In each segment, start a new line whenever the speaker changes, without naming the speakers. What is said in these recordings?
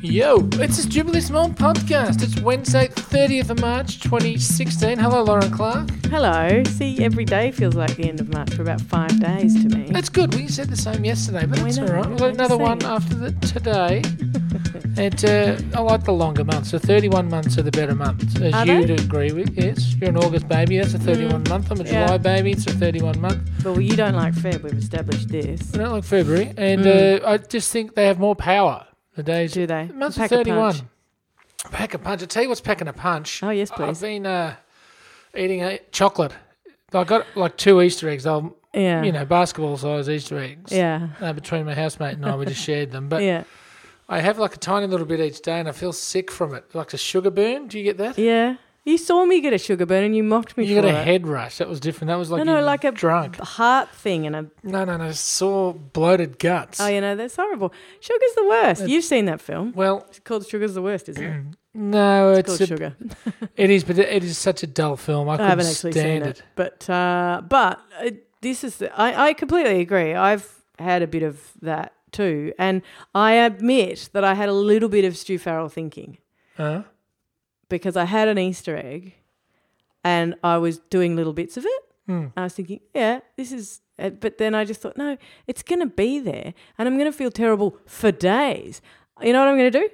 Yo, it's a Jubilee Simone podcast. It's Wednesday, 30th of March, 2016. Hello, Lauren Clark.
Hello. See, every day feels like the end of March for about five days to me.
It's good. We said the same yesterday, but
I
it's all
know,
right. We've got
I
another
see.
one after the, today. It, uh, I like the longer months. The 31 months are the better months, as
Are
you'd
they? Mm.
agree with. Yes, you're an August baby. That's a 31 month. I'm a
yeah.
July baby. It's a 31 month.
But you don't like Feb. We've established this.
I don't like February, and
Mm.
uh, I just think they have more power. The days
Do they?
Months
Pack a
of 31.
punch.
Pack a punch. I tell you what's packing a punch.
Oh, yes,
I've
please.
been uh, eating a chocolate. I got like two Easter eggs. They'll,
Yeah.
you know, basketball size Easter eggs.
Yeah.
Uh, between my housemate and I, we just shared them. But
Yeah.
I have like a tiny little bit each day, and I feel sick from it, like a sugar burn. Do you get that?
Yeah. You saw me get a sugar burn and you mocked me
You
for
got a
it.
head rush. That was different. That was like
no,
you
no, like a
drunk.
heart thing and a
No, no, no. Sore, bloated guts.
oh, you know that's horrible. Sugar's the worst. You've seen that film.
Well,
It's called Sugar's the worst, isn't it?
no,
It's
it's,
called
a,
Sugar.
it is, but it is such a dull film. I,
I
couldn't
haven't actually
stand
seen it, but uh, but uh, this is the, I, I completely agree. I've had a bit of that too, and I admit that I had a little bit of Stu Farrell thinking
Huh?
because I had an Easter egg, and I was doing little bits of it.
Hmm.
And I was thinking, yeah, this is. uh, But then I just thought, no, it's going to be there, and I'm going to feel terrible for days. You know what I'm going to do?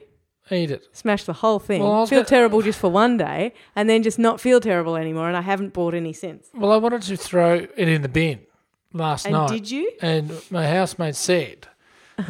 Eat it.
Smash the whole thing.
Well, I was
feel
gonna-
terrible just for one day, and then just not feel terrible anymore. And I haven't bought any since.
Well, I wanted to throw it in the bin last
And
night.
did you?
And my housemate said,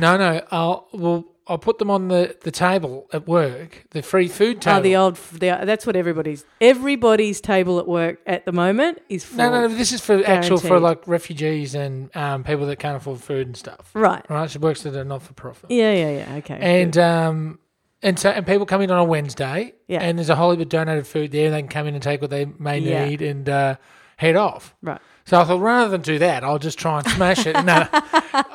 "No, no, I'll well, I'll put them on the, the table at work, the free food table."
Oh, the old. The, that's what everybody's. Everybody's table at work at the moment is full.
no, no, no, this is for actual for
Guaranteed.
like refugees and um, people that can't afford food and stuff.
Right.
Right, she works at a not for profit,
Yeah, yeah, yeah. Okay.
and um, and so and people come in on a Wednesday,
Yeah.
and there's a whole heap of donated food there, and they can come in and take what they may
Yeah.
need and uh, head off.
right.
So I thought, rather than do that, I'll just try and smash it. No,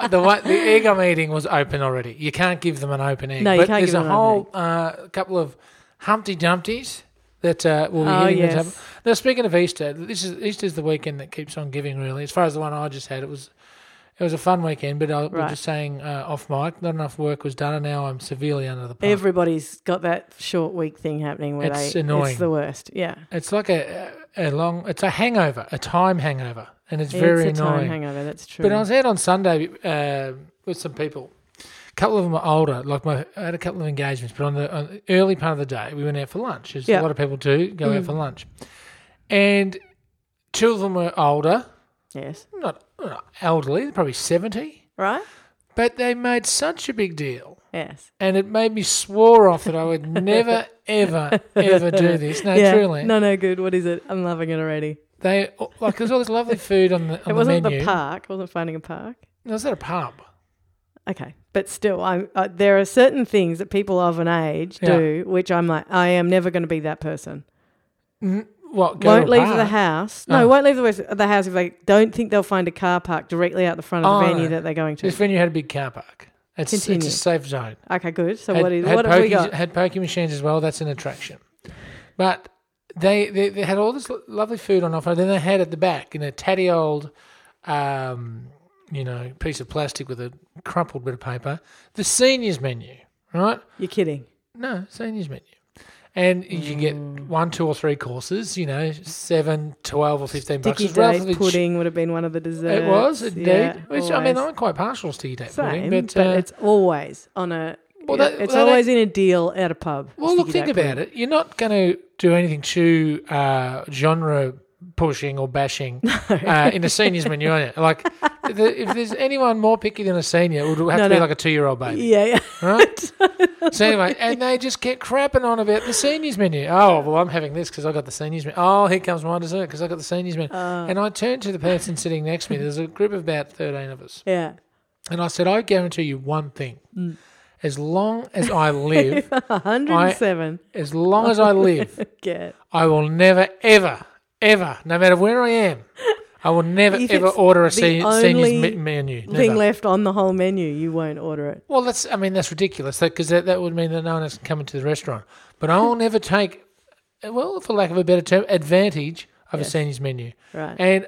the one, the egg I'm eating was open already. You can't give them an open egg.
No, you
but
can't
there's
give them
a
an
whole uh, couple of Humpty Dumptys that uh, will be
Oh,
hitting the
yes.
table. Now, speaking of Easter, this is Easter's the weekend that keeps on giving. Really, as far as the one I just had, it was it was a fun weekend. But I we was
Right.
just saying uh, off mic, not enough work was done, and now I'm severely under the pump.
Everybody's got that short week thing happening where
It's
they.
annoying.
It's the worst. Yeah.
it's like a a long. It's a hangover, a time hangover, and it's very
it's a
annoying.
time hangover. That's true.
But I was out on Sunday uh, with some people. A couple of them are older. Like my, I had a couple of engagements, but on the, on the early part of the day, we went out for lunch, as
Yeah. Mm.
a lot of people do, go out for lunch. And two of them were older,
yes.
not, not elderly, probably seventy,
Right.
but they made such a big deal,
Yes.
and it made me swore off that I would never, ever, ever do this. No,
yeah.
truly,
No, no. Good. What is it? I'm loving it already.
they like there's all this lovely food on the on
it wasn't
the
the
menu.
park. Wasn't finding a park.
Was that a pub?
Okay, but still, I'm. Uh, there are certain things that people of an age
Yeah.
do, which I'm like, I am never going to be that person.
What? Go
won't
to a
leave the
pub?
house. No,
Oh.
won't leave the, the house if they don't think they'll find a car park directly out the front of
Oh,
the venue
no.
that they're going to.
This venue had a big car park. It's, it's
Continue.
a safe zone.
okay, good. So
Had,
what, is,
had
what have
pokey,
we got?
had pokey machines as well. That's an attraction. But they, they, they had all this lo- lovely food on offer. Then they had at the back in a tatty old, um, you know, piece of plastic with a crumpled bit of paper, the seniors menu, right?
You're kidding.
No, seniors menu. And you get
Mm.
one, two, or three courses, you know, seven, 12, or 15 bucks.
Dicky
It's
date
relatively cheap.
pudding would have been one of the desserts.
It was, indeed.
Yeah,
Which, I mean,
always.
I'm quite partial to you, date
same,
pudding.
but,
uh,
it's always on a.
Well,
yeah,
that-
it's
that-
always in a deal at a pub.
Well, look, think about it. You're not going to do anything too uh, genre pushing or bashing uh, in a senior's menu, are you? Like, the, if there's anyone more picky than a senior, it would have
No,
to be
no.
like a two year old baby.
Yeah, yeah.
Right? so, anyway, and they just kept crapping on about the seniors menu. Oh, well, I'm having this because I got the seniors menu. Oh, here comes my dessert because I got the seniors menu.
Oh.
and I turned to the person sitting next to me. There's a group of about 13 of us.
yeah.
And I said, I guarantee you one thing.
Mm.
As long as I live,
107.
as long as I live,
Get.
I will never, ever, ever, no matter where I am, I will never,
If
ever
it's
order a
the
se- seniors
only
me- menu.
Thing
Never.
left on the whole menu, you won't order it.
well, that's, I mean, that's ridiculous because that, that would mean that no one else can come into the restaurant. But I will never take, well, for lack of a better term, advantage of a seniors menu.
Right.
And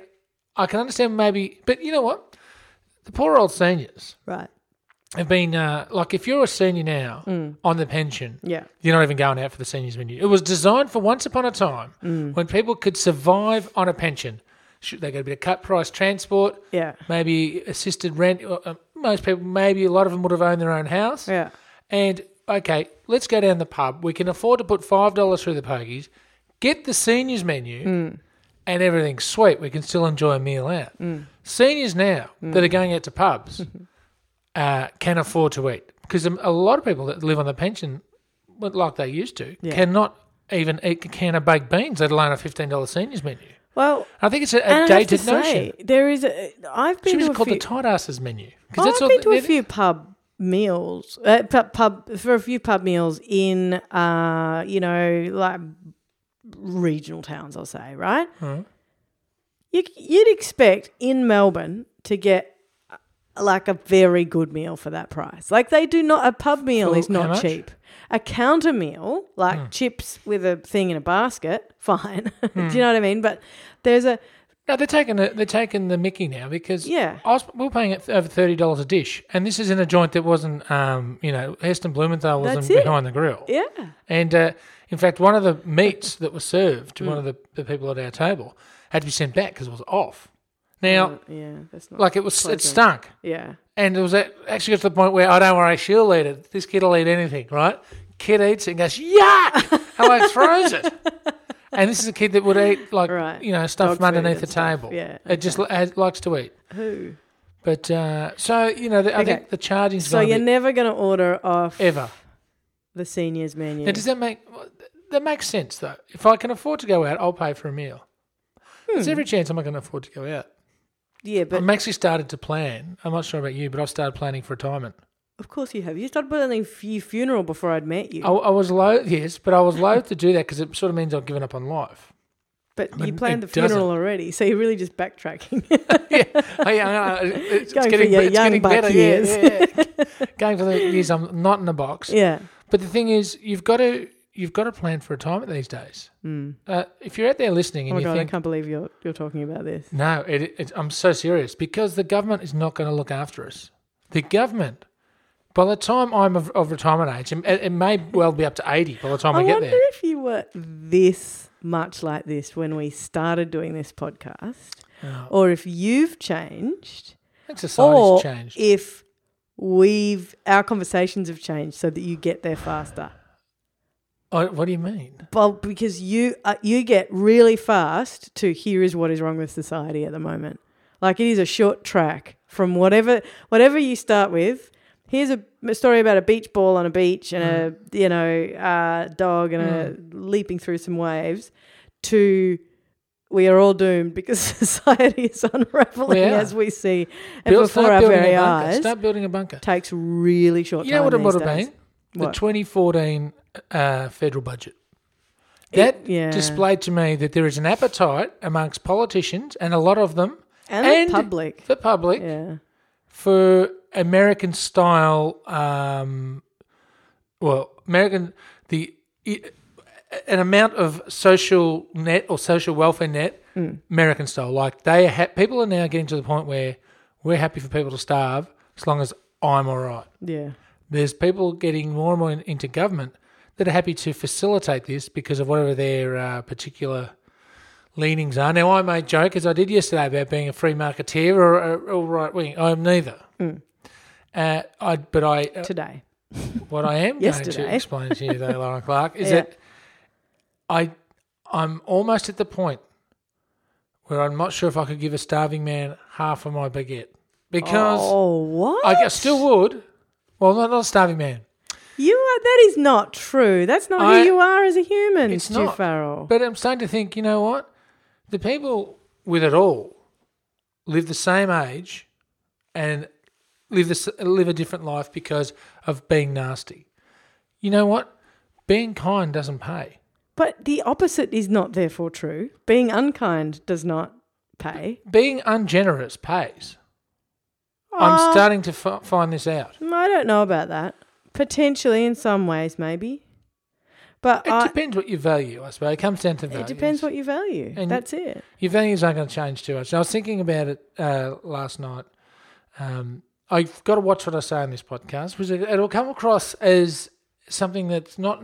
I can understand maybe, but you know what? The poor old seniors,
Right.
have been uh, like if you're a senior now
Mm.
on the pension,
Yeah.
you're not even going out for the seniors menu. It was designed for once upon a time when people could survive on a pension. Should they get a bit of cut price transport,
Yeah.
maybe assisted rent? Or, uh, most people, maybe a lot of them would have owned their own house.
Yeah.
And okay, let's go down the pub. We can afford to put five dollars through the pokies, get the seniors menu,
Hmm.
and everything's sweet. We can still enjoy a meal out.
Hmm.
Seniors now that are going out to pubs uh, can afford to eat because a lot of people that live on the pension, well, like they used to,
Yeah.
cannot even eat a can of baked beans, let alone a fifteen dollars seniors menu.
Well,
I think it's a, a
and I have to
dated
say,
notion.
there is a. I've
Should
been
be
to a
called
few. Oh,
the tight asses menu because
I've
that's all.
been to a
they're-
few pub meals, uh, pub, pub for a few pub meals in, uh, you know, like regional towns. I'll say, right?
Mhm.
You, you'd expect in Melbourne to get uh, like a very good meal for that price. Like they do not a pub meal
For
is
how
not
much? Hmm.
cheap. A counter meal, like chips with a thing in a basket, fine. do you know what I mean? But there's a
No, they're taking the, they're taking the Mickey now because
Yeah.
I was, we were paying it over thirty dollars a dish, and this is in a joint that wasn't, um, you know, Heston Blumenthal wasn't
That's it.
behind the grill.
yeah.
And uh, in fact, one of the meats that was served to one of
Mm.
the, the people at our table had to be sent back because it was off. Now,
Uh, yeah, that's not
like it was, it
pleasant.
stunk,
yeah.
and it was at, actually got to the point where I don't worry, she'll eat it. This kid will eat anything, right? Kid eats it and goes yuck, and like throws it. And this is a kid that would eat like
Right.
you know stuff
Dog
from
food
underneath
and
the
stuff.
table.
Yeah,
it just li- has, likes to eat.
Who?
But uh, so you know, the, I
Okay.
think the charging's
So
so
you're
going to
never going to order off
be ever.
the seniors menu.
Now, does that make that makes sense though? If I can afford to go out, I'll pay for a meal. There's every chance I'm not going to afford to go out.
yeah, Hmm. but
I'm actually started to plan. I'm not sure about you, but I've started planning for retirement.
of course you have. You started planning for your funeral before I'd met you.
I, I was loath, yes, but I was loath to do that because it sort of means I've given up on life.
but
but
you planned the
it
funeral
doesn't.
already, so you're really just backtracking.
yeah, I, I- I- it's,
Going for
getting,
your
it's
young
getting
buck
better.
years.
Yeah, yeah, yeah. going for the years I'm not in a box.
yeah.
But the thing is, you've got to you've got to plan for retirement these days.
Mm.
Uh, if you're out there listening
Oh
and
my
you
god,
think,
I can't believe you're you're talking about this.
No, it, it, I'm so serious because the government is not going to look after us. The government, by the time I'm of, of retirement age, it, it may well be up to 80 by the time
I
I, get
wonder
there.
if you were this much like this when we started doing this podcast,
Oh,
or if you've changed,
I think society's
or
changed.
if we've our conversations have changed so that you get there faster.
Oh, what do you mean?
Well, because you uh, you get really fast to here is what is wrong with society at the moment. Like it is a short track from whatever whatever you start with. Here's a, a story about a beach ball on a beach and
Mm.
a you know uh, dog and a leaping through some waves. To we are all doomed because society is unraveling
We are.
as we see and
Build-
before our
building
very
a bunker.
eyes.
Start building a bunker.
Takes really short
You
time.
know what it
these
would have
days.
been? The
What?
2014 uh, federal budget.
It-
That
yeah.
displayed to me that there is an appetite amongst politicians and a lot of them,
and,
and-
the public.
the public,
Yeah.
for American style, um, well, American the i- an amount of social net or social welfare net,
Mm.
American style. Like they ha- people are now getting to the point where we're happy for people to starve as long as I'm all right.
Yeah.
There's people getting more and more in, into government that are happy to facilitate this because of whatever their uh, particular leanings are. Now, I may joke, as I did yesterday, about being a free marketeer or, or, or right wing. I'm neither.
Mm.
Uh, I, but I, uh,
Today.
what I am going to
Yesterday.
explain to you, though, Lauren Clark, is
Yeah.
that I, I'm almost at the point where I'm not sure if I could give a starving man half of my baguette because
oh what?
I, I still would. Well, not, not a starving man.
You are. That is not true. That's not
I-
who you are as a human.
It's
Stu
not.
Farrell.
But I'm starting to think, you know what? The people with it all live the same age and live this, live a different life because of being nasty. You know what? Being kind doesn't pay.
But the opposite is not therefore true. Being unkind does not pay.
Being ungenerous pays. I'm
Oh,
starting to f- find this out.
I don't know about that. Potentially, in some ways, maybe. But
It
I,
depends what you value, I suppose. It comes down to values.
it depends what you value.
And-
That's it.
Your values aren't going to change too much. I was thinking about it uh, last night. Um, I've got to watch what I say on this podcast, because it, it'll come across as something that's not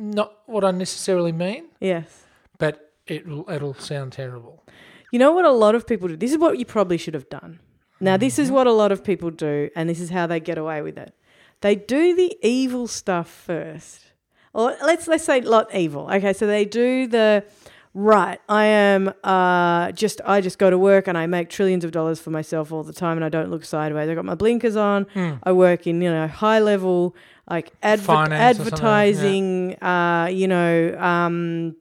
not what I necessarily mean,
Yes.
but it'll it'll sound terrible.
You know what a lot of people do? This is what you probably should have done. Now, this is what a lot of people do, and this is how they get away with it. They do the evil stuff first. Or let's let's say lot evil. Okay, so they do the right. I am uh, just I just go to work and I make trillions of dollars for myself all the time, and I don't look sideways. I got my blinkers on.
Hmm.
I work in you know high level like adver-
Finance or something, yeah.
advertising. Uh, you know. Um,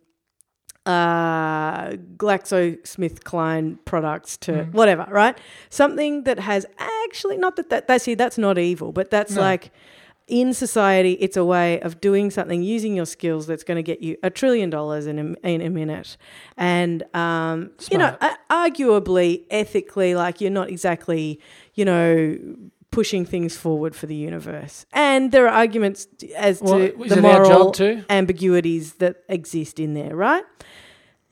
uh, GlaxoSmithKline products to
Hmm.
whatever, right? Something that has actually not that, that that's see that's not evil, but that's
No.
like in society, it's a way of doing something using your skills that's going to get you a trillion dollars in a, in a minute, and um, you know, a- arguably ethically, like you're not exactly, you know. Pushing things forward for the universe, and there are arguments as to
Well, is
the
it our
moral
job too?
ambiguities that exist in there, right?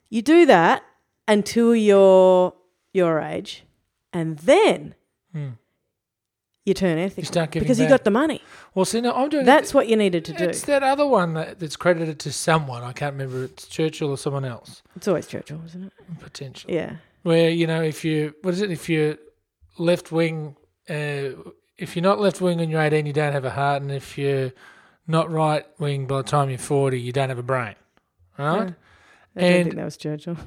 You do that until you're your age, and then you turn ethical
Hmm. start giving
because you
back.
got the money.
Well, see, no, I'm doing
That's what you needed to do.
It's that other one that, that's credited to someone. I can't remember. It's Churchill or someone else
It's always Churchill, isn't it?
potentially.
Yeah,
Where you know, if you what is it? If you're left wing, uh, if you're not left wing when you're 18, you don't have a heart, and if you're not right wing by the time you're 40, you don't have a brain. Right?
I don't
And-
think that was Churchill.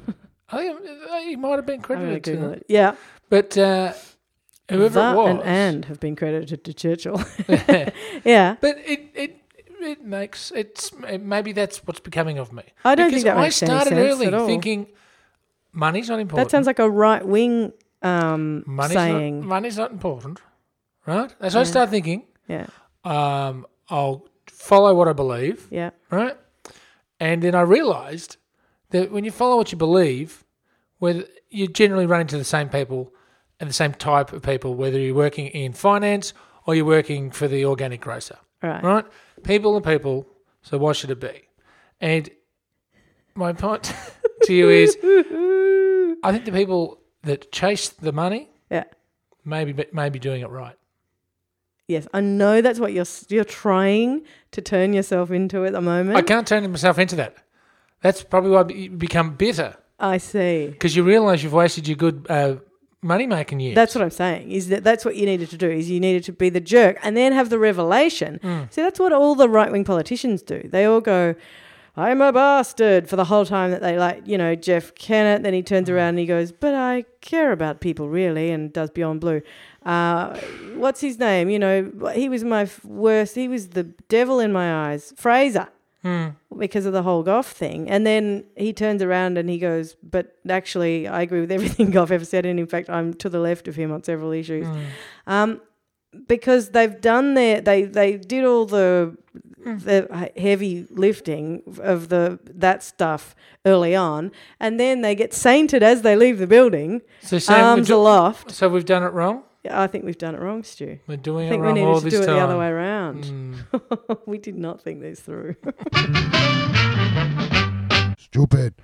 I think uh, he might have been
I'm gonna
credited to
Google
that.
it. Yeah,
But uh, whoever
that
it was,
and and have been credited to Churchill. yeah,
but it it it makes it's maybe that's what's becoming of me.
I don't
because
think that
I
makes any
started
sense
early
at all.
thinking money's not important.
that sounds like a right wing um,
money's
saying.
Not, money's not important, right? That's what I started thinking.
yeah,
Um, I'll follow what I believe,
yeah,
right? And then I realised that when you follow what you believe, whether you generally run into the same people and the same type of people, whether you're working in finance or you're working for the organic grocer
right.
right? People are people, so why should it be? And my point to you is, I think the people that chase the money
Yeah.
maybe maybe doing it right.
Yes, I know that's what you're s- you're trying to turn yourself into at the moment.
I can't turn myself into that. That's probably why you become bitter
I see.
because you realise you've wasted your good uh, money making years.
That's what I'm saying. Is that that's what you needed to do? Is you needed to be the jerk and then have the revelation. See, that's what all the right wing politicians do. They all go, "I'm a bastard" for the whole time that they like, you know, Jeff Kennett. Then he turns around and he goes, "But I care about people really," and does Beyond Blue. Uh, what's his name? You know, he was my f- worst. He was the devil in my eyes, Fraser.
Hmm.
because of the whole Goff thing. And then he turns around and he goes, But actually, I agree with everything Goff ever said. And in fact, I'm to the left of him on several issues.
Mm. Hmm.
Um, because they've done their, they, they did all the,
Mm.
the heavy lifting of the that stuff early on. And then they get sainted as they leave the building,
so Sam, we're
arms
do-
aloft.
so we've done it wrong.
I think we've done it wrong, Stu.
We're doing
I
it
think we
wrong all
needed to
this
do it
time.
the other way around.
Mm.
we did not think this through.
Stupid.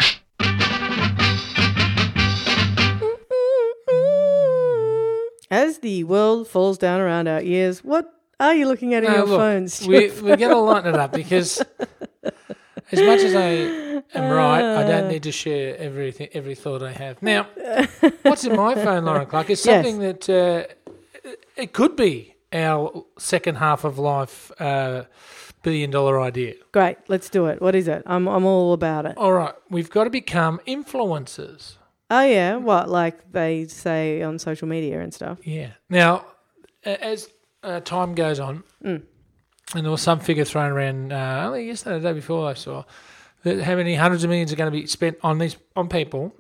As the world falls down around our ears, what are you looking at in
No,
your
Uh, look,
phones?
We we gotta lighten it up because as much as I am right, I
Uh.
don't need to share everything every thought I have. Now, what's in my phone, Lauren Clark, is
Yes.
something that uh, it could be our second half of life uh, billion dollar idea.
Great, let's do it. What is it? I'm I'm all about it.
All right, we've got to become influencers.
Oh yeah, what like they say on social media and stuff.
Yeah. Now, a- as uh, time goes on, and there was some figure thrown around uh, only yesterday, the day before I saw that how many hundreds of millions are going to be spent on these on people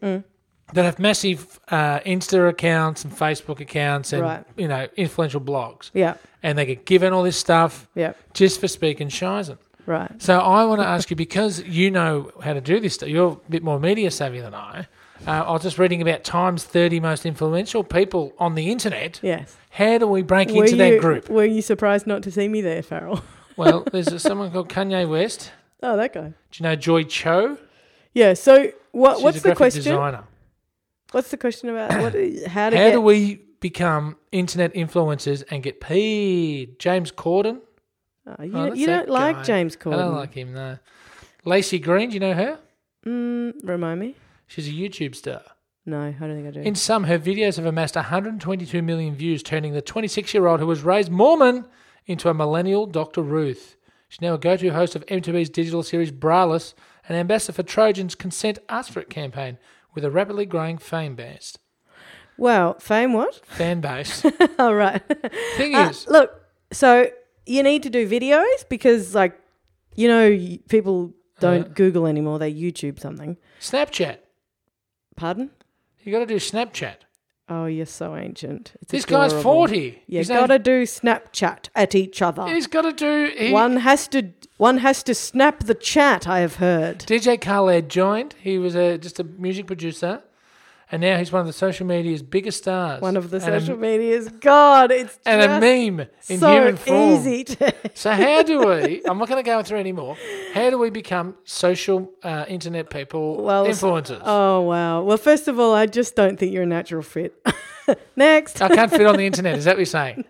that have massive uh, Insta accounts and Facebook accounts and
Right.
you know influential blogs,
Yeah,
and they get given all this stuff
yeah,
just for speaking shizen.
right.
So I want to ask you because you know how to do this. You're a bit more media savvy than I. Uh, I was just reading about Times 30 most influential people on the internet.
Yes.
How do we break into
you
that group?
were you surprised not to see me there, Farrell?
Well, there's a, someone called Kanye West.
Oh, that guy.
Do you know Joy Cho?
Yeah. So what?
She's
Uh, what's
a
the
graphic
question?
designer.
What's the question about? What? uh, How to
How
get?
do we become internet influencers and get paid. James Corden.
Oh, you
Oh, that's
you
that
don't like
guy.
James Corden.
I don't like him, no. Lacey Green, do you know her?
Mm, remind me?
She's a YouTube star.
No, I don't think I do.
In sum, her videos have amassed 122 million views, turning the 26 year old who was raised Mormon into a millennial Dr. Ruth. She's now a go to host of MTV's digital series Braless and ambassador for Trojan's Consent Ask For It campaign with a rapidly growing fan base.
well, fame what?
Fan base.
All right.
Thing
Uh,
is,
look, so you need to do videos because, like, you know, y- people don't
Uh-huh.
Google anymore. They YouTube something.
Snapchat.
Pardon?
you got to do Snapchat.
Oh, you're so ancient. It's
This guy's
adorable.
40.
You
His
got
name-
to do Snapchat at each other.
He's got to do. He,
one has to one has to snap the chat. I have heard.
DJ Khaled joined. He was a, just a music producer, and now he's one of the social media's biggest stars.
One of the
and a-
social medias. God, it's
and a
just
meme in
so
human form.
easy. To,
So how do we? I'm not going to go through anymore. How do we become social uh, internet people
Well,
influencers?
oh wow. Well, first of all, I just don't think you're a natural fit. Next.
I can't fit on the internet. Is that what you're saying?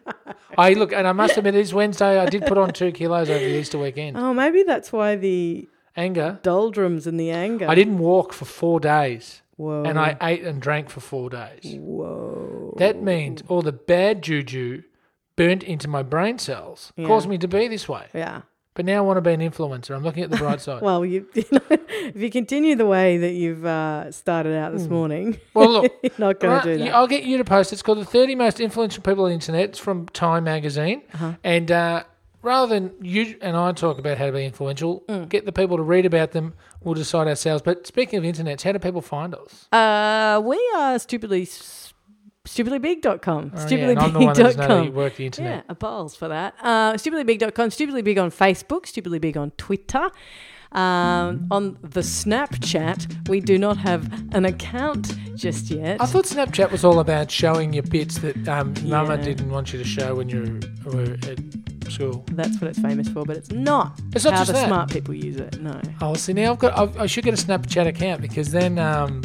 I look, and I must admit, it is Wednesday. I did put on two kilos over the Easter weekend.
Oh, maybe that's why the
Anger.
doldrums and the anger.
I didn't walk for four days,
Whoa.
and I ate and drank for four days.
Whoa.
That means all the bad juju burnt into my brain cells,
Yeah.
caused me to be this way.
Yeah.
But now I want to be an influencer. I'm looking at the bright side.
Well, you, you know, if you continue the way that you've uh, started out this morning,
well, look,
you're not going
Hmm. Right,
to do
you-
that.
I'll get you to post. It's called the 30 most influential people on the internet. It's from Time magazine.
Uh-huh.
And uh, rather than you and I talk about how to be influential,
Hmm.
get the people to read about them. We'll decide ourselves. But speaking of internets, how do people find us?
Uh, we are stupidly stupidlybig.com.
Oh, yeah, and I'm the one that doesn't know that you
Stupidlybig.com.
work the internet.
Yeah, a balls for that. Uh, stupidlybig.com, stupidly big on Facebook, stupidly big on Twitter.
Hmm.
Um, on the Snapchat, we do not have an account just yet.
I thought Snapchat was all about showing your bits that um, Mama
Yeah.
didn't want you to show when you were at school.
That's what it's famous for, but it's not
It's not
how
just
the
that.
smart people use it. No.
Oh, see now I've got. I've, I should get a Snapchat account because then. Um,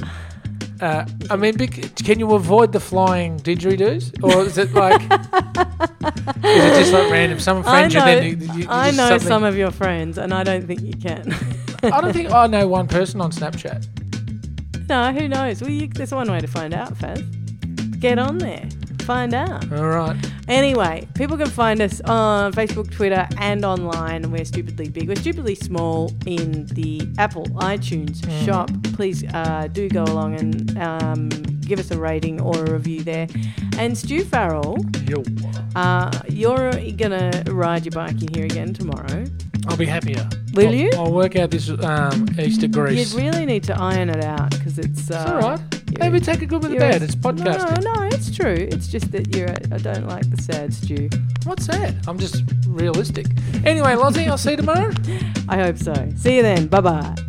uh, I mean, bec- can you avoid the flying didgeridoos, or is it like? is it just like random? Someone
I
friends you, then you,
know,
you- you
I
just
know
suddenly-
some of your friends, and I don't think you can.
I don't think I know one person on Snapchat.
no, who knows? Well, you, there's one way to find out, Faz. Get on there, find out.
All right,
Anyway, people can find us on Facebook, Twitter, and online. and We're stupidly big. We're stupidly small in the Apple iTunes
Hmm.
shop. Please uh, do go along and um, give us a rating or a review there. And Stu Farrell,
yo,
uh, you're gonna ride your bike in here again tomorrow.
I'll be happier.
Will
I'll,
you?
I'll work out this um, Easter grease.
You really need to iron it out because it's. Uh,
it's all right.
you're-
Maybe take a good with a
you're-
bad. It's podcasting.
No, no, it's true. It's just that you're. I don't like the sad stew.
What's that? I'm just realistic. Anyway, Lozzie, I'll see you tomorrow.
I hope so. See you then. Bye bye.